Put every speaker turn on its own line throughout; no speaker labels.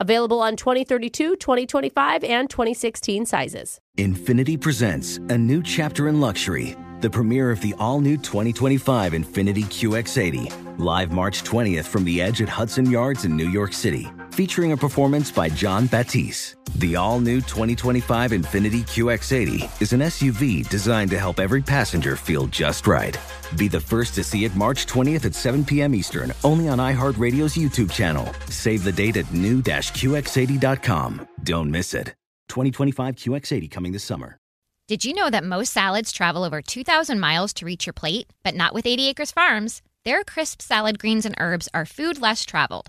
Available on 2032, 2025, and 2016 sizes.
Infinity presents a new chapter in luxury, the premiere of the all new 2025 Infinity QX80, live March 20th from the edge at Hudson Yards in New York City, featuring a performance by John Batisse. The all new 2025 Infinity QX80 is an SUV designed to help every passenger feel just right. Be the first to see it March 20th at 7 p.m. Eastern, only on iHeartRadio's YouTube channel. Save the date at new-QX80.com. Don't miss it. 2025 QX80 coming this summer.
Did you know that most salads travel over 2,000 miles to reach your plate? But not with 80 Acres Farms. Their crisp salad greens and herbs are food less traveled,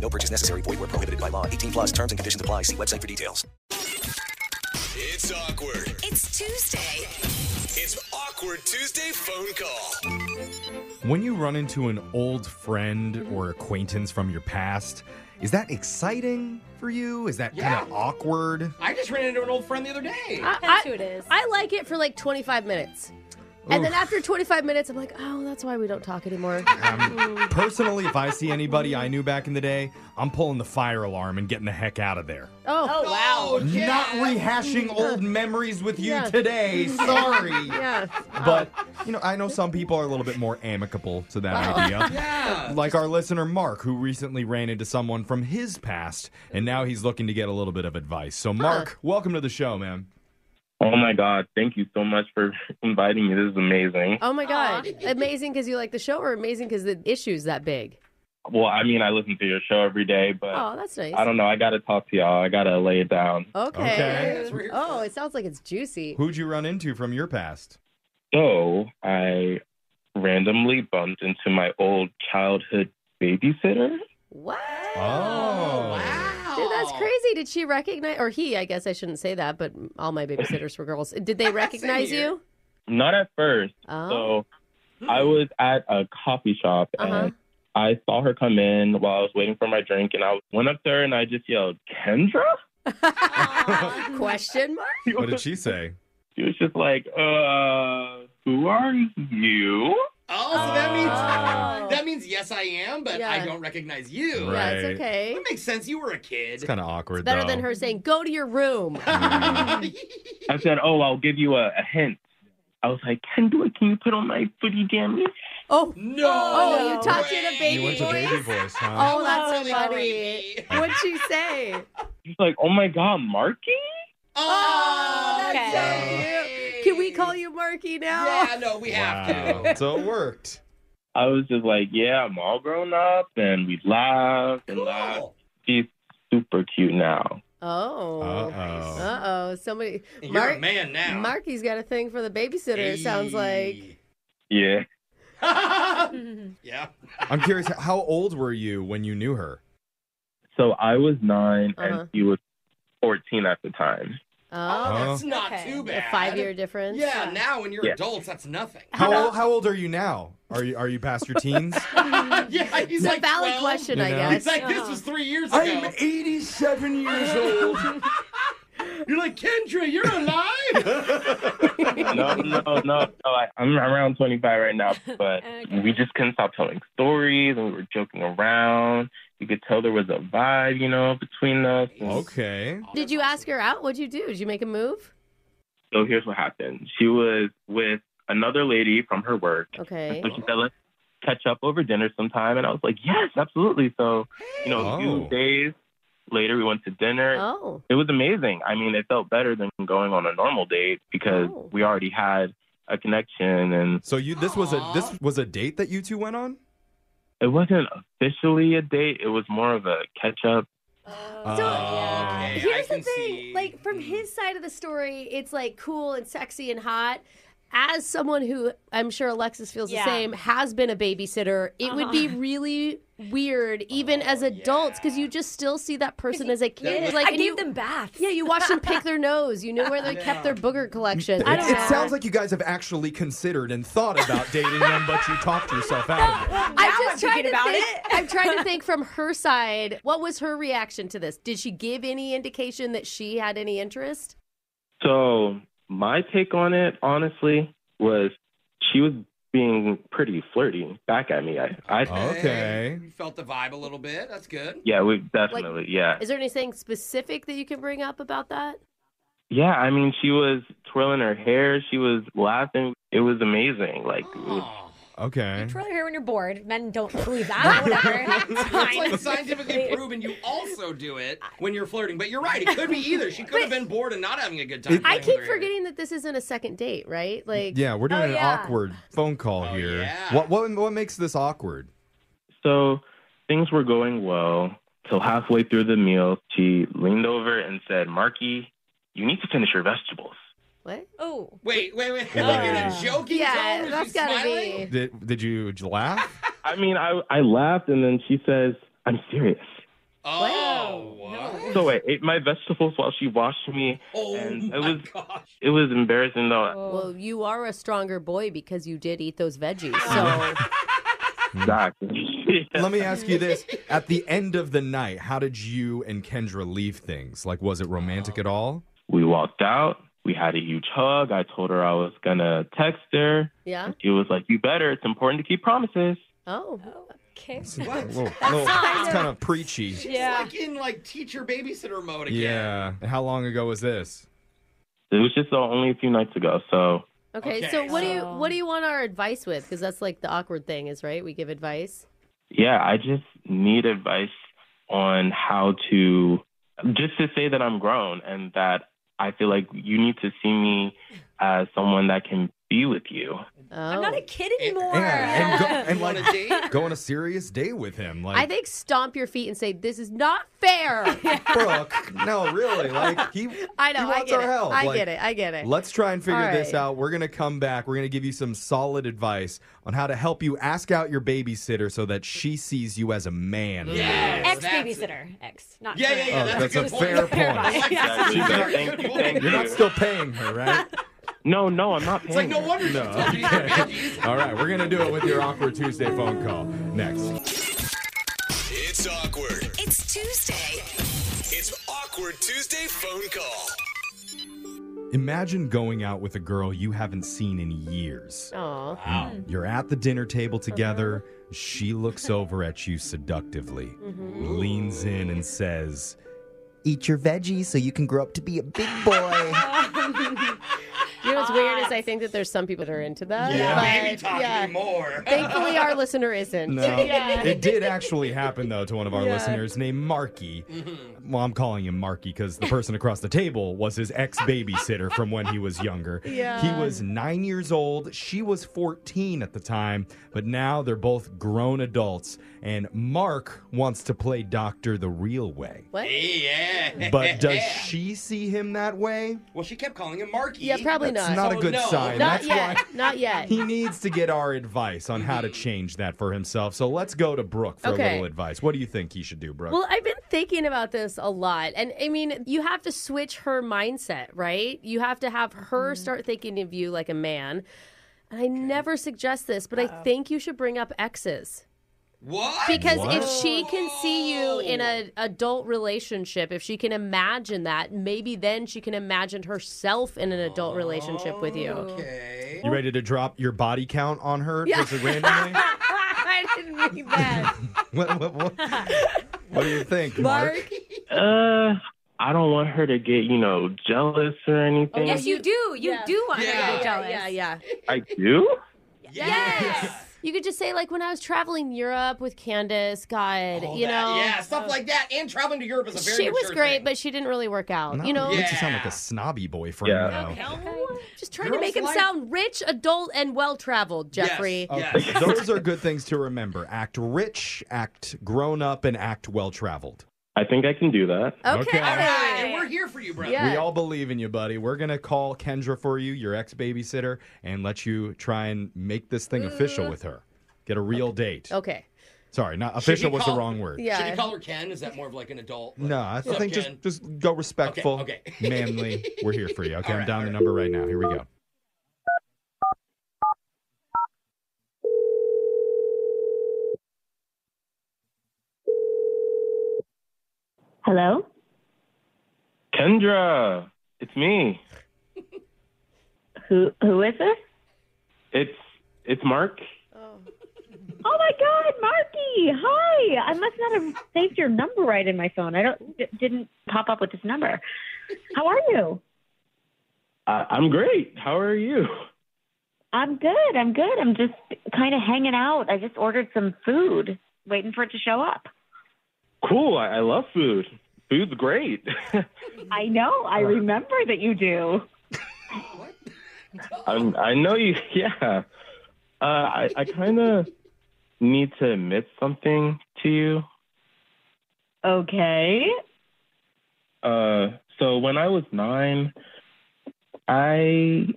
No purchase necessary. Void where prohibited by law. 18 plus terms and conditions apply. See website for details.
It's awkward.
It's Tuesday.
It's awkward Tuesday phone call.
When you run into an old friend
Mm-hmm.
or acquaintance from your past, is that exciting for you? Is that kind of awkward?
I just ran into an old friend the other day.
I,
That's who it is.
I like it for like 25 minutes. And then after 25 minutes, I'm like, oh, that's why we don't talk anymore.
Um, personally, if I see anybody I knew back in the day, I'm pulling the fire alarm and getting the heck out of there.
oh,
Oh, yeah.
Not rehashing old memories with you
Yeah.
today. Sorry.
yeah.
But, you know, I know some people are a little bit more amicable to that idea.
Yeah.
Like our listener Mark, who recently ran into someone from his past, and now he's looking to get a little bit of advice. So, Mark, welcome to the show, man.
Oh my God. Thank you so much for inviting me. This is amazing.
Oh my God. Amazing because you like the show or amazing because the issue's that big?
Well, I mean, I listen to your show every day, but
Oh, that's nice.
Uh, I don't know. I got to talk to y'all. I got to lay it down.
Okay.
Okay.
Oh, it sounds like it's juicy.
Who'd you run into from your past?
So I randomly bumped into my old childhood babysitter.
What?
Oh.
Dude, that's crazy. Did she recognize, or he, I guess I shouldn't say that, but all my babysitters were girls. Did they recognize
here.
you?
Not at first.
Oh.
So I was at a coffee shop
Uh-huh.
and I saw her come in while I was waiting for my drink. And I went up to her and I just yelled, Kendra?
Question mark?
She
Oh. What did
was,
she say?
she was just like, uh, who are you?
Oh, so that
Oh.
means that means yes, I am, but
Yeah.
I don't recognize you.
Right.
Yeah, it's okay.
That makes sense. You were a kid.
It's kind of awkward,
Better
though.
than her saying, go to your room.
I said, "Oh, I'll give you a, a hint." I was like, "Kendra, can you put on my footy jammies?"
Oh,
no.
oh, you talked
way.
in a baby
you went
voice?
to baby voice, huh?
Oh, that's
Really
funny.
creepy.
What'd she say?
She's like, "Oh my God, Marky!"
Oh,
that's so cute. Can we call you Marky now?
Oh, Yeah, no, we have
Wow.
to.
so it worked.
I was just like, "Yeah, I'm all grown up," and we laughed and laughed.
Cool.
She's super cute now.
Oh.
Uh-oh.
Uh-oh. Somebody.
And you're a man now.
Marky's got a thing for the babysitter, it sounds like.
Yeah,
Hey. yeah.
I'm curious, how old were you when you knew her?
so I was 9
Uh-huh.
and she was fourteen at the time.
Oh,
Oh.
that's not
Okay.
too
A
bad.
five-year difference.
Yeah, now when you're
Yeah.
adults, that's nothing.
How old, how old are you now? Are you are you past your teens?
yeah,
It's
he's
a
like
valid
12.
question,
You
I
know?
guess.
He's like, this
uh-huh.
was three years ago.
87 years old.
You're like, Kendra, you're alive?
no, no, no, no. I, I'm around twenty five right now, but
Okay.
we just couldn't stop telling stories and we were joking around. You could tell there was a vibe, you know, between us. And
Okay.
Did you ask her out? What'd you do? Did you make a move?
So here's what happened. She was with another lady from her work.
Okay.
So she said, let's catch up over dinner sometime. And I was like, yes, absolutely. So, you know, a
Oh.
few days later, we went to dinner.
Oh.
It was amazing. I mean, it felt better than going on a normal date because
Oh.
we already had a connection and
So you this was a this was a date that you two went on?
it wasn't officially a date. It was more of a catch up.
Oh,
yeah.
okay.
Here's
I
the
can
thing.
see.
Like from his side of the story, it's like cool and sexy and hot. As someone who I'm sure Alexis feels
Yeah. Uh-huh.
the same, has been a babysitter, it would be really weird, even as adults, because you just still see that person as a kid. Like,
I
and
gave
you-
them baths.
Yeah, you watch them pick their nose. You know where they kept their booger collection. I
It,
don't
it
know.
sounds like you guys have actually considered and thought about dating them, but you talked yourself out of it.
Now
I'm
I'm
just trying
thinking
to
about
think.
it.
I'm trying to think from her side. What was her reaction to this? Did she give any indication that she had any interest?
So, my take on it, honestly, was she was being pretty flirty back at me. I, I
Okay.
You felt the vibe a little bit. That's good.
yeah, we definitely, yeah.
Is there anything specific that you can bring up about that?
Yeah, I mean, she was twirling her hair. She was laughing. It was amazing. Like, it was-
Okay.
Twirl your hair when you're bored. Men don't believe that. Whatever.
It's like scientifically proven you also do it when you're flirting. But you're right. It could be either. She could have been bored and not having a good time.
It-
I
playing
keep
with her.
forgetting that this isn't a second date, right? Like,
Yeah, we're doing
Oh,
an
yeah. Oh,
awkward phone call here.
yeah.
What what what makes this awkward?
so things were going well. Till halfway through the meal, she leaned over and said, Marky, you need to finish your vegetables.
what?
Oh.
Wait, wait, wait. Like in a joking tone?
Yeah,
Is
that's
she
gotta
smiling?
be.
Did did you, did you laugh?
I mean, I, I laughed, and then she says, I'm serious.
Oh, what?
So I ate my vegetables while she washed me.
Oh,
And
my
it was-
gosh.
It was embarrassing, though.
Well, you are a stronger boy because you did eat those veggies. So,
Exactly.
Let me ask you this. At the end of the night, how did you and Kendra leave things? Like was it romantic at all?
we walked out. We had a huge hug. I told her I was going to text her.
yeah.
She was like, You better. It's important to keep promises.
Oh,
Okay.
Whoa,
What?
whoa, it's kind of preachy.
Yeah.
It's like in like teacher babysitter mode again.
Yeah. How long ago was this?
It was just only a few nights ago. So
okay.
Okay,
So, what do you
so-
what do you want our advice with? Because that's like the awkward thing, is right? We give advice.
yeah, I just need advice on how to just to say that I'm grown and that I feel like you need to see me as someone that can be with you.
Oh.
I'm not a kid
And-
anymore.
Yeah, and go- and
You want
like-
a date?
Go on a serious day with him. Like
I think stomp your feet and say, "This is not fair."
Brooke. No, really. Like he
I know. I
he wants
get
our
it.
help.
I
Like,
get it. I get it.
Let's try and figure
All
this
right.
out. We're going to come back. We're going to give you some solid advice on how to help you ask out your babysitter so that she sees you as a man.
Yes,
Ex
that's it.
babysitter. Ex. Not
Yeah, yeah, yeah.
Oh,
that's, a,
that's
good
a fair point.
point. Like, that's a
Exactly.
very
Thank
good
you,
point.
thank
You're not still paying her, right?
No, no, I'm not
It's
paying.
like no
her.
wonder
No.
she's told you
Okay.
to be veggies.
All right, we're going to do it with your awkward Tuesday phone call next.
It's awkward.
It's Tuesday.
It's awkward Tuesday phone call.
Imagine going out with a girl you haven't seen in years.
Aw.
You're at the dinner table together. She looks over at you seductively, leans in, and says,
Eat your veggies so you can grow up to be a big boy.
You know what's weird is I think that there's some people that are into that.
Maybe
but,
talk
yeah.
to me more.
Thankfully, our listener isn't.
No. It did actually happen, though, to one of our listeners named Marky. Well, I'm calling him Marky because the person across the table was his ex babysitter from when he was younger.
Yeah.
He was nine years old. She was 14 at the time, but now they're both grown adults. And Mark wants to play doctor the real way.
What?
Yeah.
But does she see him that way?
Well, she kept calling him Marky.
Yeah, probably
That's
not.
not a good
no.
sign.
Not
That's
yet.
why.
Not yet.
He needs to get our advice on how to change that for himself. So let's go to Brooke for
Okay.
a little advice. What do you think he should do, Brooke?
Well, I've been thinking about this a lot. And I mean, you have to switch her mindset, right? You have to have her
Mm-hmm.
start thinking of you like a man. And I never suggest this, but I think you should bring up exes.
What?
Because if
What?
she can see you in an adult relationship, if she can imagine that, maybe then she can imagine herself in an adult relationship with you.
Oh,
Okay.
You ready to drop your body count on her
Yeah.
just randomly?
I didn't mean that.
what, what, what? What do you think, Mark?
Uh, I don't want her to get, you know, jealous or
Oh,
anything.
yes, you do. You do want her to
Yeah.
get jealous.
Yeah, yeah.
I do?
You could just say like when I was traveling Europe with Candace, God,
All
you
Oh, that-
know,
yeah, stuff like that. And traveling to Europe is a very
she was
mature
great, but she didn't really work out.
No,
you know,
it makes you sound like a snobby boyfriend.
Yeah.
now.
just trying to
Girls
make him
like-
sound rich, adult, and well traveled, Jeffrey.
Okay, Those are good things to remember. Act rich, act grown up, and act well traveled.
I think I can do that.
Okay.
All right, and we're here for you, brother.
We all believe in you, buddy. We're going to call Kendra for you, your ex babysitter, and let you try and make this thing official with her. Get a real date.
Okay.
Sorry, not
Should we
official was the
call-
wrong word.
Should
Yeah.
you call her Ken? Is that more of like an adult? like,
No, I
"Sup,
think just
Ken?"
just go respectful,
okay.
manly. We're here for you. Okay, I'm down the number right now. Here we go.
Hello?
Kendra, it's me.
Who who is this?
It's it's Mark.
Oh my god, Marky. Hi. I must not have saved your number right in my phone. I don't d- didn't pop up with this number. How are you?
I, I'm great. How are you?
I'm good. I'm good. I'm just kind of hanging out. I just ordered some food, waiting for it to show up.
Cool. I, I love food. Food's great. Uh,
I know. I remember that you do.
I'm, I know you. Yeah. Uh, I, I kind of need to admit something to you.
Okay.
Uh, so when I was nine, I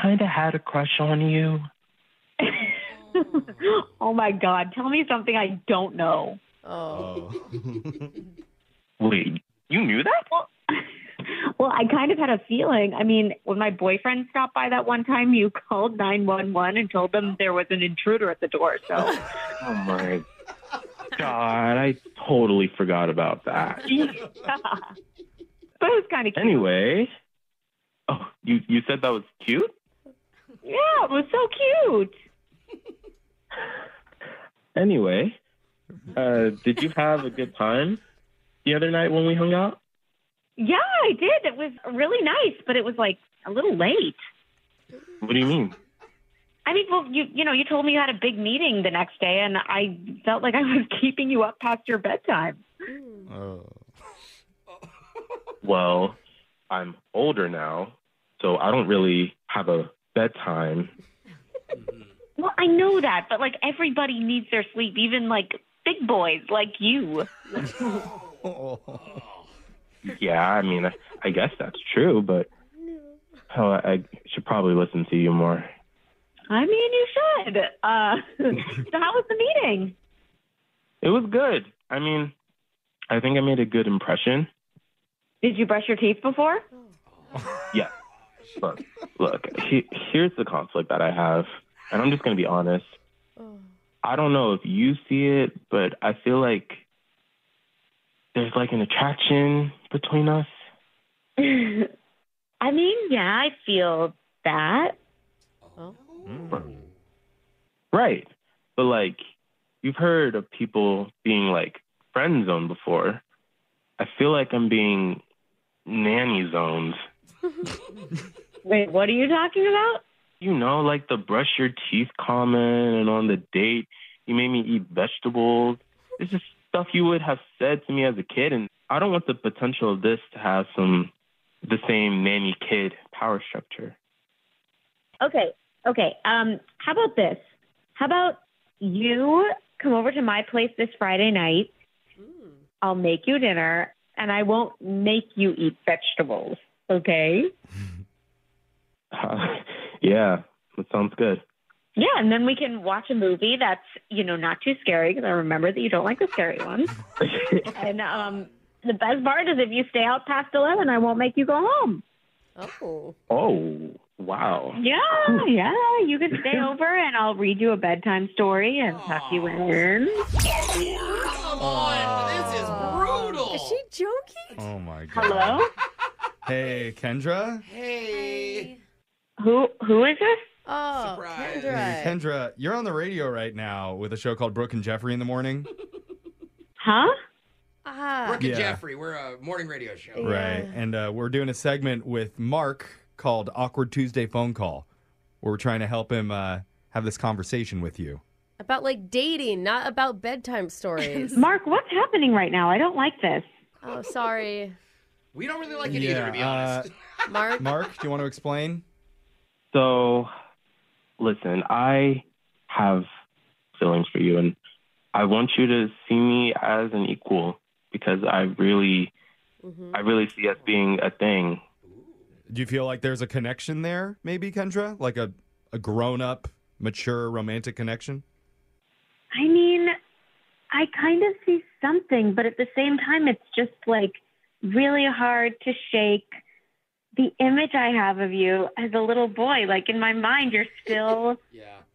kind of had a crush on you.
oh my god, tell me something I don't know.
Oh.
Wait, you knew that?
Well, I kind of had a feeling. I mean, when my boyfriend stopped by that one time, you called 911 and told them there was an intruder at the door. So,
Oh my god! I totally forgot about that.
Yeah. but it was kind of cute.
Anyway, oh, you you said that was cute.
Yeah, it was so cute.
Anyway, uh, did you have a good time the other night when we hung out?
Yeah, I did. It was really nice, but it was like a little late.
What do you mean?
I mean, well, you you know, you told me you had a big meeting the next day, and I felt like I was keeping you up past your bedtime.
Oh. well, I'm older now, so I don't really have a bedtime.
Well, I know that, but like everybody needs their sleep, even like big boys like you.
Yeah, I mean, I, I guess that's true, but oh, I, I should probably listen to you more.
I mean, you should. Uh, so how was the meeting?
It was good. I mean, I think I made a good impression.
Did you brush your teeth before?
Yeah. Look, look. He, here's the conflict that I have, and I'm just gonna be honest. I don't know if you see it, but I feel like there's like an attraction between us.
I mean, yeah, I feel that.
Right. But like, you've heard of people being like friend zoned before. I feel like I'm being nanny zoned.
Wait, what are you talking about?
You know, like the brush your teeth comment and on the date, you made me eat vegetables. It's just stuff you would have said to me as a kid. And I don't want the potential of this to have some, the same nanny kid power structure.
Okay, okay. Um, how about this? How about you come over to my place this Friday night? I'll make you dinner, and I won't make you eat vegetables. Okay?
Uh, yeah, that sounds good.
Yeah, and then we can watch a movie that's you know not too scary because I remember that you don't like the scary ones. and um, the best part is if you stay out past eleven, I won't make you go home.
Oh.
Oh, wow.
Yeah, yeah. You can stay over, and I'll read you a bedtime story and tuck you in.
Come on, this is brutal.
Is she joking?
Oh my god.
Hello?
Hey, Kendra.
Hey.
Who who is this?
Oh,
Hey, Kendra, you're on the radio right now with a show called Brooke and Jeffrey in the morning.
Huh? Yeah.
Brooke and
Yeah.
Jeffrey, we're a morning radio show.
Right. And uh, we're doing a segment with Mark called Awkward Tuesday Phone Call, where we're trying to help him uh, have this conversation with you.
About like dating, not about bedtime stories.
Mark, what's happening right now? I don't like this.
oh, sorry.
We don't really
like it either, to be Yeah, uh, honest.
Mark?
Mark, do you want to explain?
So, listen, I have feelings for you, and I want you to see me as an equal because I really, I really see us being a thing.
Do you feel like there's a connection there, maybe, Kendra? Like a, a grown up, mature, romantic connection?
I mean, I kind of see something, but at the same time, it's just like really hard to shake the image I have of you as a little boy. Like in my mind, you're still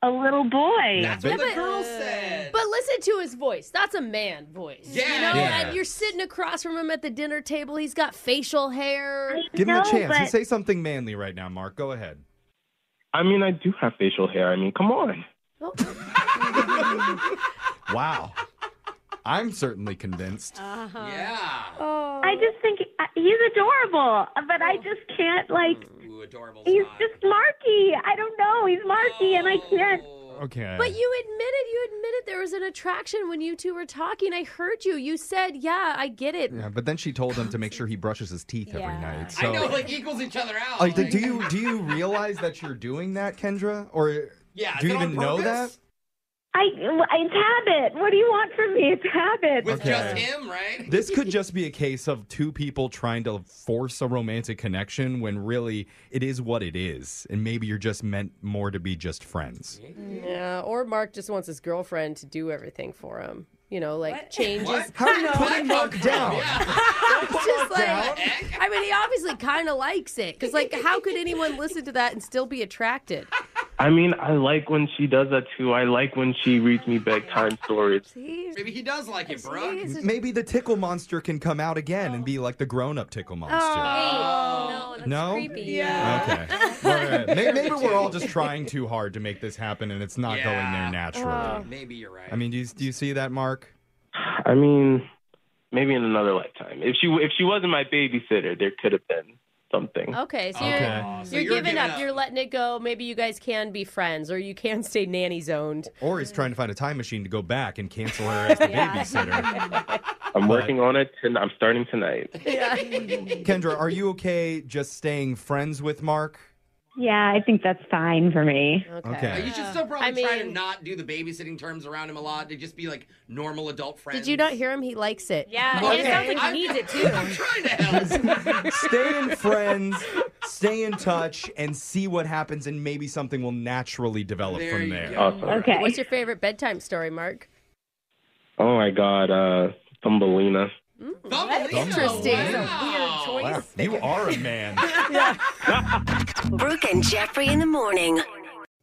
a little boy.
That's what the girl said.
But listen to his voice. That's a man voice. You
Yeah.
know,
Yeah.
and you're sitting across from him at the dinner table. He's got facial hair.
Give him a chance. Say something manly right now, Mark. Go ahead.
I mean, I do have facial hair. I mean, come on.
Wow. I'm certainly convinced.
Uh-huh.
Yeah.
Oh.
I just think uh, he's adorable, but I just can't like.
Oh,
he's just Marky. I don't know. He's Marky, and I can't.
Okay.
But you admitted, you admitted there was an attraction when you two were talking. I heard you. You said, "Yeah, I get it."
Yeah, but then she told him to make sure he brushes his teeth every night. So
I know, like equals each other out.
Like, do you do you realize that you're doing that, Kendra? Or
Yeah,
do you
is it on
even know that?
purpose?
I it's habit. What do you want from me? It's habit.
With Okay. just
him, right?
This could just be a case of two people trying to force a romantic connection when really it is what it is, and maybe you're just meant more to be just friends.
Yeah, Uh, or Mark just wants his girlfriend to do everything for him. You know, like changes.
What? How are you putting Mark down?
It's just like, I mean, he obviously kind of likes it because, like, how could anyone listen to that and still be attracted?
I mean, I like when she does that too. I like when she reads me bedtime stories.
Maybe he does like it, bro.
Maybe the tickle monster can come out again and be like the grown-up tickle monster.
Oh, no, that's
No?
creepy.
Okay. Oh. All right. May- Maybe, we're all just trying too hard to make this happen, and it's not going there naturally.
maybe you're right.
I mean, do you, do you see that, Mark?
I mean, maybe in another lifetime. If she if she wasn't my babysitter, there could have been something.
Okay, so
Okay.
you're,
Aw,
you're,
so you're
giving,
giving
up.
up.
You're letting it go. Maybe you guys can be friends, or you can stay nanny zoned.
Or he's trying to find a time machine to go back and cancel her as the babysitter.
I'm working on it. and I'm starting tonight.
Kendra, are you okay just staying friends with Mark?
Yeah, I think that's fine for me.
Okay.
You should still probably try to not do the babysitting terms around him a lot. To just be like normal adult friends.
Did you not hear him? He likes it. Yeah,
it Okay. sounds like he
needs it too.
Stay in friends, stay in touch, and see what happens, and maybe something will naturally develop
There
from
you
there.
go. What's your favorite bedtime story, Mark?
Oh my God, uh, Thumbelina.
Interesting.
Wow, you are a man.
Brooke and Jeffrey in the morning.